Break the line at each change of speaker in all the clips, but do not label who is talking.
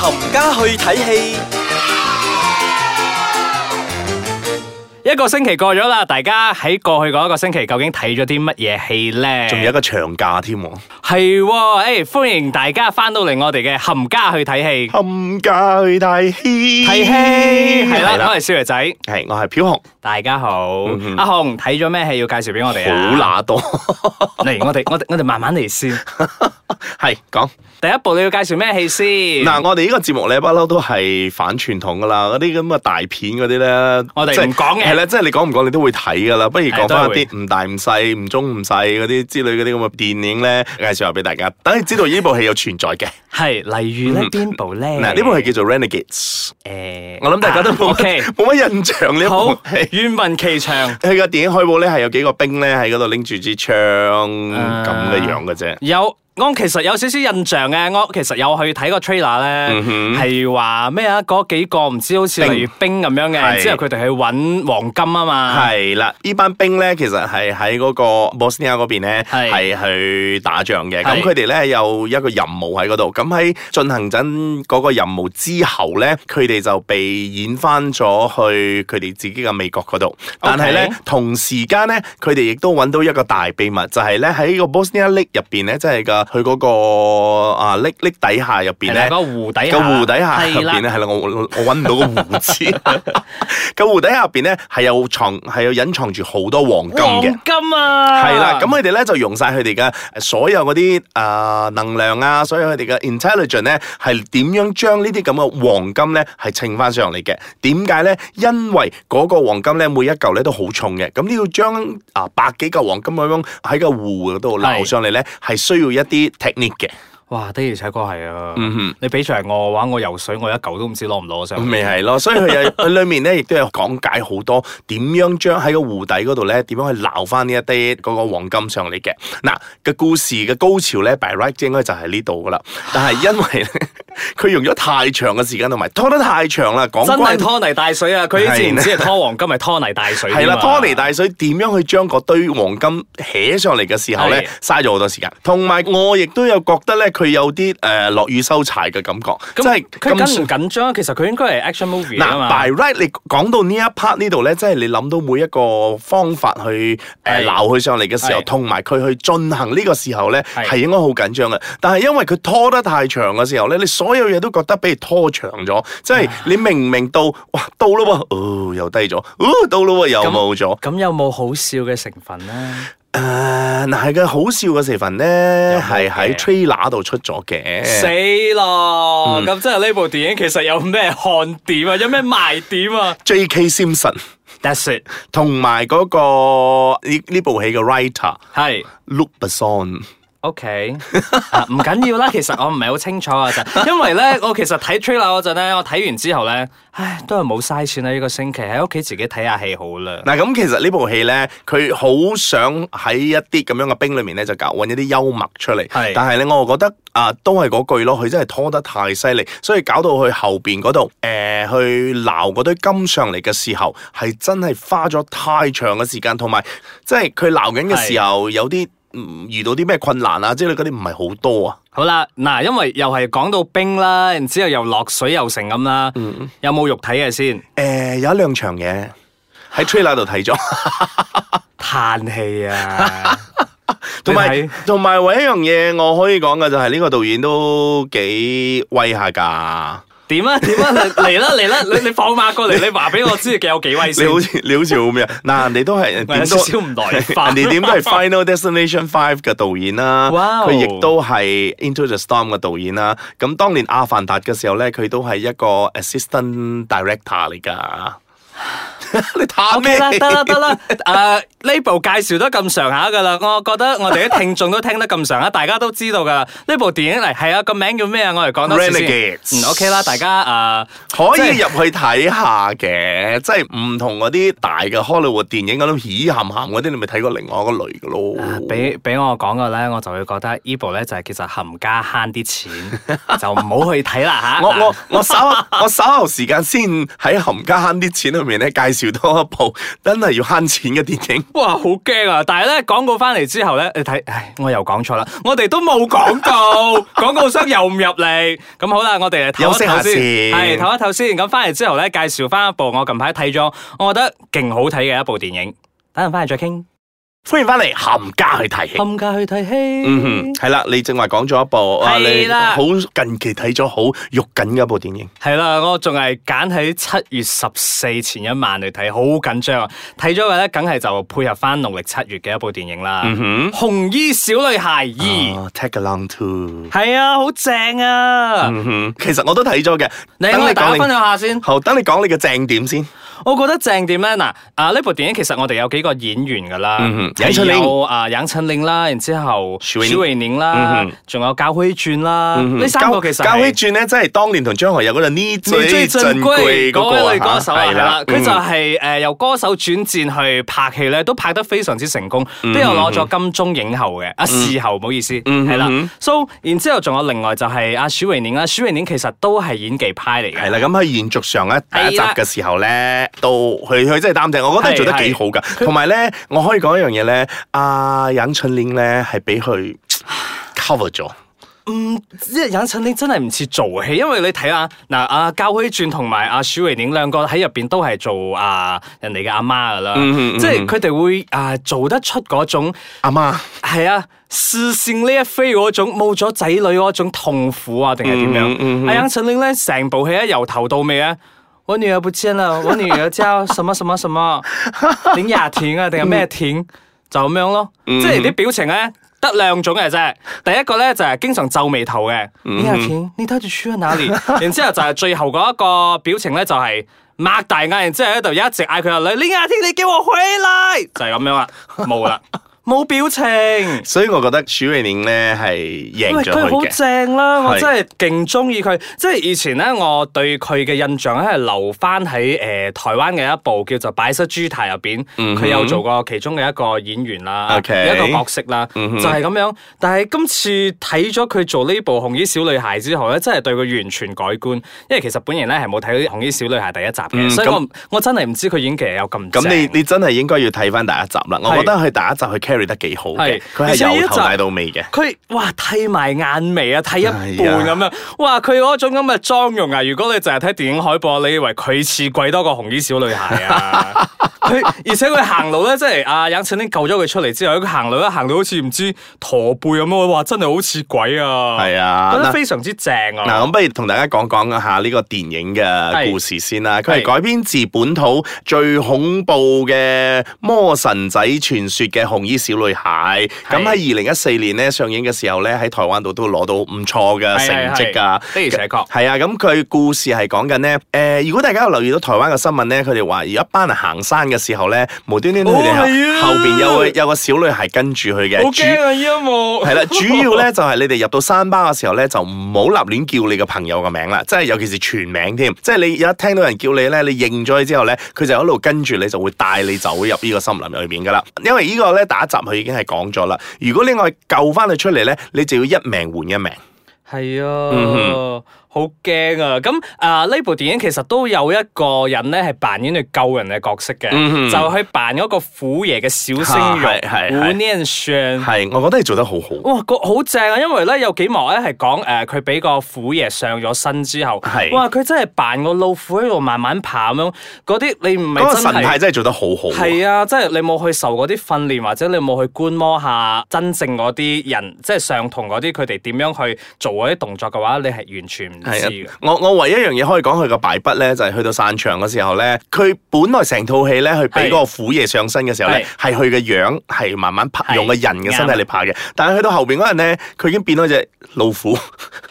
冚家去睇戲，
一個星期過咗啦，大家喺過去嗰一個星期究竟睇咗啲乜嘢戲咧？
仲有一個長假添喎，
係喎，誒歡迎大家翻到嚟我哋嘅冚家去睇戲，
冚家去睇戲，
睇戲係啦，我係少爺仔，
係我係飄紅，
大家好，
哼
阿紅睇咗咩戲要介紹俾我哋啊？
好乸多，
嚟，我哋我哋我哋慢慢嚟先。
係講
第一部你要介紹咩戲先？
嗱，我哋呢個節目咧不嬲都係反傳統噶啦，嗰啲咁嘅大片嗰啲咧，
我哋
即係
唔講嘅
係啦，即係你講唔講你都會睇噶啦，不如講
係
翻
都係
一
會
啲唔大唔細、唔中唔細嗰啲之類嗰啲咁嘅電影咧，介紹下俾大家，等你知道呢部戲有存在嘅。
係，例如咧邊部咧？
嗱，呢部戲叫做《Renegades》，
誒，
我諗大家都冇
O K
乜。 冇乜印象呢一
啊好
部戲，。
願聞其詳。
佢個電影海報咧係有幾個兵咧喺嗰度拎住支槍
啊
咁嘅樣嘅啫。
有我其實有少少印象嘅，我其實有去睇個 trailer 咧，係話咩啊？嗰幾個唔知好似
兵
例如冰咁樣嘅，
係
之後佢哋去揾黃金啊嘛，
係啦，呢班兵咧，其實係喺嗰個波斯尼亞嗰邊咧，
係
係去打仗嘅。咁
係
佢哋咧有一個任務喺嗰度。咁喺進行緊嗰個任務之後咧，佢哋就被演翻咗去佢哋自己嘅美國嗰度。但係咧
OK
同時間咧，佢哋亦都揾到一個大秘密，就係咧喺個波斯尼亞 lake 入邊咧，即係個佢嗰個啊 lake lake 底下入邊
係啦，嗰。
咧
個湖底
個
下
湖底下入
係
邊
啦，
咧，係啦，我我揾唔到個湖字。 個湖底下入邊咧係有藏係有隱藏住好多黃金
黃
嘅。
金啊，
係啦，咁佢哋咧就用晒佢哋嘅所有嗰啲啊能量啊，所有佢哋嘅 intelligence 咧，係點樣將呢啲咁嘅黃金咧係稱翻上嚟嘅？點解咧？因為嗰個黃金咧每一嚿咧都好重嘅，咁你要將啊百幾嚿黃金咁樣喺個湖嗰度撈
係
上嚟咧，係需要一啲 technique 嘅。
哇的而且確係啊
嗯哼，
你俾着我嘅話，我游水我一嚿都唔知攞唔攞上嚟。
咪係咯，所以佢 有佢裏面咧，亦都有講解好多點樣將喺個湖底嗰度咧，點樣去撈翻呢一啲嗰個黃金上嚟嘅。嗱，個故事嘅高潮咧，by right 應該就係呢 度噶啦。但係因為呢佢用咗太長嘅時間，同埋拖得太長啦，講
真
關
係拖泥帶水啊！佢之前只係拖黃金，係拖泥帶水。啊
係啦，拖泥。帶水點樣去將嗰堆黃金起上嚟嘅時候咧，嘥咗好多時間。同埋我亦都有覺得咧，佢有啲誒落雨收柴嘅感覺，即
咁
係
佢
咁
緊唔緊張？其實佢應該係 action movie 啊
嗱
嘛。
，by right，你講到呢一 part 呢度咧，即係你諗到每一個方法去
係
誒鬧佢上嚟嘅時候，
係
同埋佢去進行呢個時候咧，
係
係應該好緊張嘅。但係因為佢拖得太長嘅時候咧，你所有嘢都覺得俾佢拖長咗，即係你明明到哇到啦喎，哦又低咗，哦到啦喎又冇咗。
咁有冇好笑嘅成分咧？
誒，嗱係嘅，好笑嘅成分
有
咧
冇嘅
係喺 trailer 度出咗嘅。
死嗯咯！咁即係呢部電影其實有咩看點啊？有咩賣點啊
J.K. Simpson
？That's it，
同埋嗰個呢呢部戲嘅 writer
係
Luc Besson。
OK，啊 唔緊要啦。其實我唔係好清楚啊，就 因為咧，我其實睇 trailer 嗰陣咧，我睇完之後咧，唉，都係冇嘥錢啦。呢個星期喺屋企自己睇下戲好啦。
嗱，咁其實呢部戲咧，佢好想喺一啲咁樣嘅冰裏面咧，就搞揾一啲幽默出嚟。
係
但係咧，我又覺得啊、都係嗰句咯，佢真係拖得太犀利，所以搞到佢後邊嗰度誒去鬧嗰堆金上嚟嘅時候，係真係花咗太長嘅時間，同埋即係佢鬧緊嘅時候有啲。嗯遇到啲咩困難啊之類嗰啲唔係好多啊，
好啦，嗱，因為又係講到冰啦，然之後又落水又成咁啦，有冇肉睇嘅先？
誒、有一兩場嘅喺 trailer 度睇咗，
嘆氣啊！
同
你
埋
睇
同埋唯一一樣嘢我可以講嘅就係呢個導演都幾威下㗎。
點啊點啊嚟嚟啦嚟啦！你你放馬過嚟，你話俾我知你有幾威
你
先？
好似你好似好 咩啊？嗱，人哋都係人
我有
點
少
都
少唔耐煩。
人哋點都係 Final Destination Five 嘅導 演啦，
哇哦
佢亦都係 Into the Storm 嘅導演啦。咁當年《阿凡達》嘅時候咧，佢都係一個 assistant director 嚟㗎。 你
O K
嘆咩？
啦，得啦得啦，誒呢部介紹得咁上下噶啦，我覺得我哋啲聽眾都聽得咁上下，大家都知道噶啦。呢部電影嚟係啊，個名叫咩啊？我嚟講多次先
Renegades。
O K 啦，大家
可以
即
入去睇下嘅，即係唔同嗰啲大嘅 Hollywood 電影嗰種喜鹹鹹嗰啲，你咪睇過另外一個類嘅咯。
誒啊俾俾我講嘅咧，我就會覺得呢部咧就係其實冚家慳啲錢，就唔好去睇啦嚇。
我我我稍後我稍後時間先喺冚家慳啲錢裏面咧介紹多一部真係要慳錢嘅電影。
哇，好驚啊！但係咧廣告翻嚟之後咧，你睇，唉，我又講錯啦，我哋都冇廣 告，廣告商又唔入嚟。咁好啦，我哋嚟
休息下先
係唞一唞先。咁翻嚟之後咧，介紹翻一部我近排睇咗，我覺得勁好睇嘅一部電影。等陣翻嚟再傾，
歡迎翻嚟，冚家去睇戲。
冚家去睇戲。
嗯哼，係啦，你正話講咗一部，啊你
係啦
好近期睇咗好肉緊嘅一部電影。
係啦，我仲係揀喺七月十四前一晚嚟睇，好緊張啊！睇咗嘅咧，梗係就配合翻農曆七月嘅一部電影啦，
嗯
紅衣小女孩二》
啊 Take Along Two。
係啊，好正啊！
嗯哼，其實我都睇咗嘅。
你
等
我哋大家
講
分
你，
享下先。
好，等你講你嘅正點先。
我覺得正點咧，嗱啊呢部電影其實我哋有幾個演員噶啦，
嗯哼
係
楊丞琳
有啊楊丞琳啦，然之後
許瑋甯
許瑋甯啦
嗯哼，
仲有教輝傳啦，
嗯
呢三個其實
教
係
教輝傳咧，真係當年同張學友嗰陣呢
你最
最
珍
珍
貴
貴
嗰
嗰
位女
個
歌手啊，係啦，佢就
係嗯
係誒由歌手轉戰去拍戲咧，都拍得非常之成功，都有攞咗金鐘影后嘅，啊視后唔好意思，
嗯
係啦
嗯。
So 然之後仲有另外就係阿許瑋甯啦，許瑋甯其實都係演技派嚟
係
嘅。
啦，咁喺延續上咧第一集
係啦
嘅時候咧，到佢佢真係擔正，我覺得佢做得幾好噶。同埋咧，我可以講一樣嘢咧，阿楊丞琳咧係 俾佢 cover 咗。
嗯，即係楊丞琳真係唔似做戲，因為你睇下嗱，阿教輝傳同埋阿許瑋甯兩個喺入邊都係做啊人哋嘅阿媽噶啦，
嗯嗯
即係佢哋會啊做得出嗰種。
阿媽，
系啊，視線呢一飛嗰種冇咗仔女嗰種痛苦啊，定係點
嗯嗯嗯
樣？阿楊丞琳咧，成部戲咧由頭到尾咧，我女兒不見啦，我女兒叫什麼什麼什麼，點廿田啊，定係咩田，就咁樣咯。即係啲表情咧，得兩種嘅啫。第一個咧就係經常皺眉頭嘅，你廿田，你到底去咗哪裡？然之後就係最後嗰一個表情咧就係。擘大眼，然之後喺度一直嗌佢阿女，你廿天你叫我回來，就係、咁樣啦，冇啦，冇表情。
所以我覺得許瑋甯咧係贏
喂，
咗
佢好
佢嘅。
正啦，我
係
真係勁中意佢。即係以前咧，我對佢嘅印象咧係留翻喺誒台灣嘅一部叫做《擺失豬蹄》入邊，佢有做過其中嘅一個演員啦
嗯 OK 嗯
一個角色啦，就係咁樣。但係今次睇咗佢做呢部《紅衣小女孩》之後咧，真係對佢完全改觀，因為其實本人咧係冇睇《紅衣小女孩》第一集嘅，
嗯
所以我
咁
我真係唔知佢演技有咁正。
咁你你真係應該要睇翻第一集啦。我覺得佢第一集佢 carry 得幾好
係
嘅，佢係由頭帶到尾嘅。
佢哇剃埋眼眉啊，剃一半咁樣，
係
哇佢嗰種咁嘅妝容啊，如果你淨係睇電影海報，你以為佢似鬼多過紅衣小女孩啊？佢而且佢行路咧，即係阿楊丞琳救咗佢出嚟之後，佢行路咧行到好似唔知駝背咁樣，哇真係好似鬼啊！
係啊，
覺得
嗱
非常之正
嗱，
啊！
咁不如同大家講講一下呢個電影嘅故事先啦。佢
係
係改編自本土最恐怖嘅魔神仔傳說嘅《紅衣小女孩》。
係
咁喺二零一四年咧上映嘅時候咧，喺台灣度都攞到唔錯嘅成績㗎。
係係係的而且確
係啊，咁佢故事係講緊咧，誒、如果大家有留意到台灣嘅新聞咧，佢哋話有一班人行山嘅時候咧，無端端佢哋
哦係啊
後後邊有個有個小女孩跟住佢嘅，
好
主
驚啊！依一幕
係啦，主要咧就係你哋入到山巴嘅時候咧，就唔好立亂叫你嘅朋友嘅名啦，即係尤其是全名添，即係你有一聽到人叫你咧，你認咗佢之後咧，佢就一路跟住你，就會帶你走入呢個森林裏面噶啦。因為呢個咧第一集佢已經係講咗啦，如果你我救翻佢出嚟咧，你就要一命換一命。
係
嗯
啊，好驚啊！咁啊，呢部電影其實都有一個人咧係扮演去救人嘅角色嘅，
嗯哼
就去扮嗰個虎爺嘅小聲
啊係係
肉
係
胡念炫。
係，我覺得你做得好好。
哇，個好正啊！因為咧有幾幕咧係講誒佢俾個虎爺上咗身之後，
係
哇佢真係扮個老虎喺度慢慢爬咁樣，嗰啲你唔
嗰
係
個
真
神態
係。
真係做得好好。
係啊，即係你冇去受嗰啲訓練，或者你冇去觀摩下真正嗰啲人，即係上同嗰啲佢哋點樣去做嗰啲動作嘅話，你係完全唔知
係
嘅
啊。，我我唯一一樣嘢可以講佢個敗筆咧，就係、去到散場嘅時候咧，佢本來成套戲咧，佢俾嗰個虎爺上身嘅時候咧，係佢嘅樣係慢慢
係
拍，用個人嘅身體
啱
嚟拍嘅。但係去到後邊嗰陣咧，佢已經變咗隻老 虎，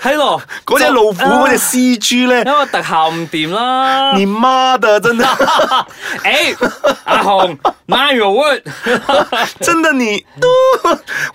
係咯，
嗰隻
就
老虎嗰隻
啊
獅豬咧，
因為特效唔掂啦。
你媽的，真的
誒，阿 紅，Nine Wood，
真的你都，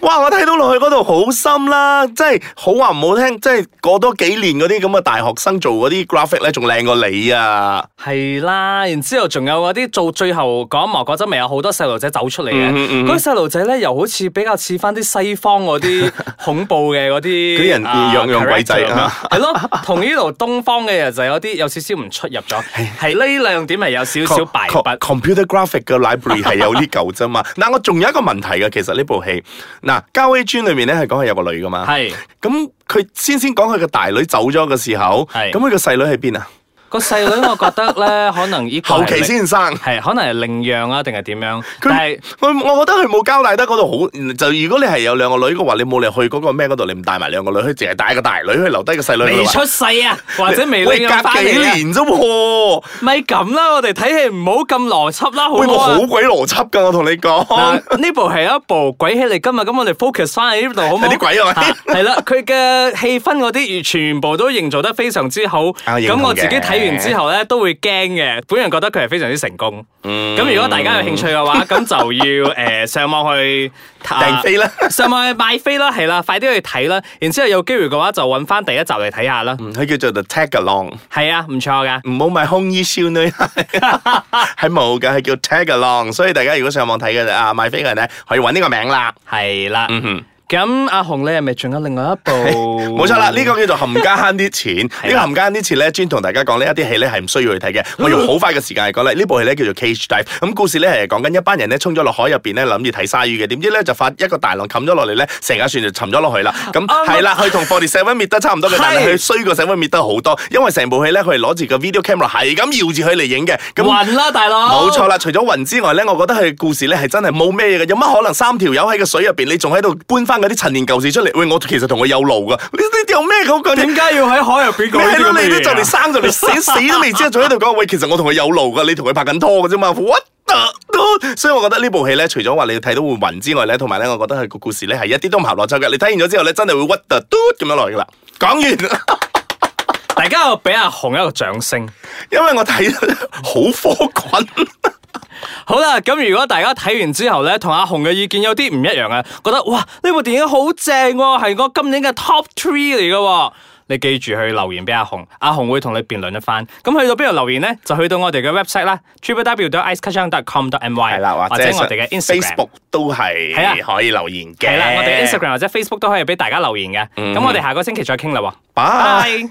哇！我睇到落去嗰度好深啦，即係好話唔好聽，即係過多幾年嗰啲咁咁嘅大學生做嗰啲 graphic 咧，仲靚過你啊！
係啦，然之後仲有嗰啲做最後嗰一幕嗰陣，咪有好多細路仔走出嚟
嗯
嘅。嗰啲細路仔咧，又好似比較似翻啲西方嗰 啲恐怖嘅嗰啲
嗰啲人
啊
養養鬼仔
character 咁樣
啊
係咯，同呢度東方嘅人就有啲有少少唔出入咗。係呢兩點係有少少敗
Co- co-
筆。
computer graphic 嘅 library 係有呢嚿 啫嘛。嗱，我仲有一個問題嘅，其實呢部戲嗱《交 A 專》裏面咧係講係有個女噶嘛，
係
咁佢先先講佢嘅大女走咗嘅時候，
係
咁佢個細女喺邊啊？
個細女，我覺得咧，可能呢個係
後期
領
先生。
係可能係領養啊，定係點樣？但
佢
係
我我覺得佢冇交代得嗰度好，就如果你係有兩個女嘅話，你冇理由去嗰個咩嗰度，你唔帶埋兩個女，佢淨係帶個大女，去留低個細女喺
未
度話。
出世啊，或者未
喂
領養
隔
翻
幾
嚟啊。啊
年啫喎，
咪咁啦，我哋睇戲唔好咁邏輯啦，好
喂
唔
我
好啊
好鬼邏輯㗎，我同你講。
嗱，呢部係一部鬼戲嚟，今日咁我哋 focus 翻喺呢度好唔好？
有啲鬼啊係咪
嚇係啦，佢嘅氣氛嗰啲全部都營造得非常之好。
啊認
咁
同
我自己
嘅
睇完之後咧都會驚嘅，本人覺得佢係非常之成功。咁如果大家有興趣 嘅話，咁就要誒上網去啊
訂飛啦
上網去買飛啦，係啦，快啲去睇啦。然之後有機會嘅話就揾翻第一集嚟睇下啦。
嗯佢叫做 The Tag Along。
係啊，唔錯㗎。
唔好買空衣少女， 係冇噶，係叫 tag along。所以大家如果上網睇嘅啊買飛嘅人咧，可以揾呢個名啦。
係啦。
哼
咁阿紅，你係咪仲有另外一部？
冇錯啦，呢、個叫做冚家慳啲錢。呢個冚家慳啲錢咧，專同大家講呢一啲戲咧係唔需要去睇
嗯
嘅。我用好快嘅時間嚟講咧，呢部戲咧叫做 Cage Dive。咁故事咧係講緊一班人咧衝咗落海入邊咧諗住睇鯊魚嘅，點知咧就發一個大浪冚咗落嚟咧，成架船就沉咗落去啦。咁
啊
係啦，佢同 Forty Seven 滅得差唔多嘅，但係
係
佢衰過 Seven 滅得好多，因為成部戲咧佢係攞住個 video camera 係咁搖住佢嚟影嘅。咁
暈啦，大佬。
冇錯啦，除咗雲之外咧，我覺得佢嘅故事咧係真係冇咩嘅，有乜可能三條友喺個水入邊，你仲喺度搬翻嗰啲陳年舊事出嚟？喂，我其實同佢有路噶，你你有咩好講啫？
點解要喺海入邊
你
講呢啲
係
咁
咯，
嘅
你都就
嘢
嚟
啊？
生就嚟死，死都未知，仲喺度講喂，其實我同佢有路噶，你同佢拍緊拖嘅啫嘛，what the- 所以我覺得呢部戲咧，除咗話你睇到會暈之外咧，同埋咧，我覺得佢個故事咧係一啲都唔合邏輯嘅。你睇完咗之後咧，真係會 what the dude 咁樣落去噶啦。講完。
大家我俾阿紅一個掌聲。
因為我睇得好科滾，
好啦，咁如果大家睇完之後咧，同阿紅嘅意見有啲唔一樣啊，覺得哇呢部電影好正喎，係我今年嘅 top three 嚟嘅喎。你記住去留言俾阿紅，阿紅會同你辯論一番。咁去到邊度留言咧？就去到我哋嘅 website 啦 t r i p l e w i c e c a t c h n c o m my 或者我哋嘅 Instagram。
Facebook 都
係啊
係可以留言嘅。嗯
係啦，我哋 Instagram 或者 Facebook 都可以俾大家留言嘅。咁我哋下個星期再傾啦喎，
拜。
拜。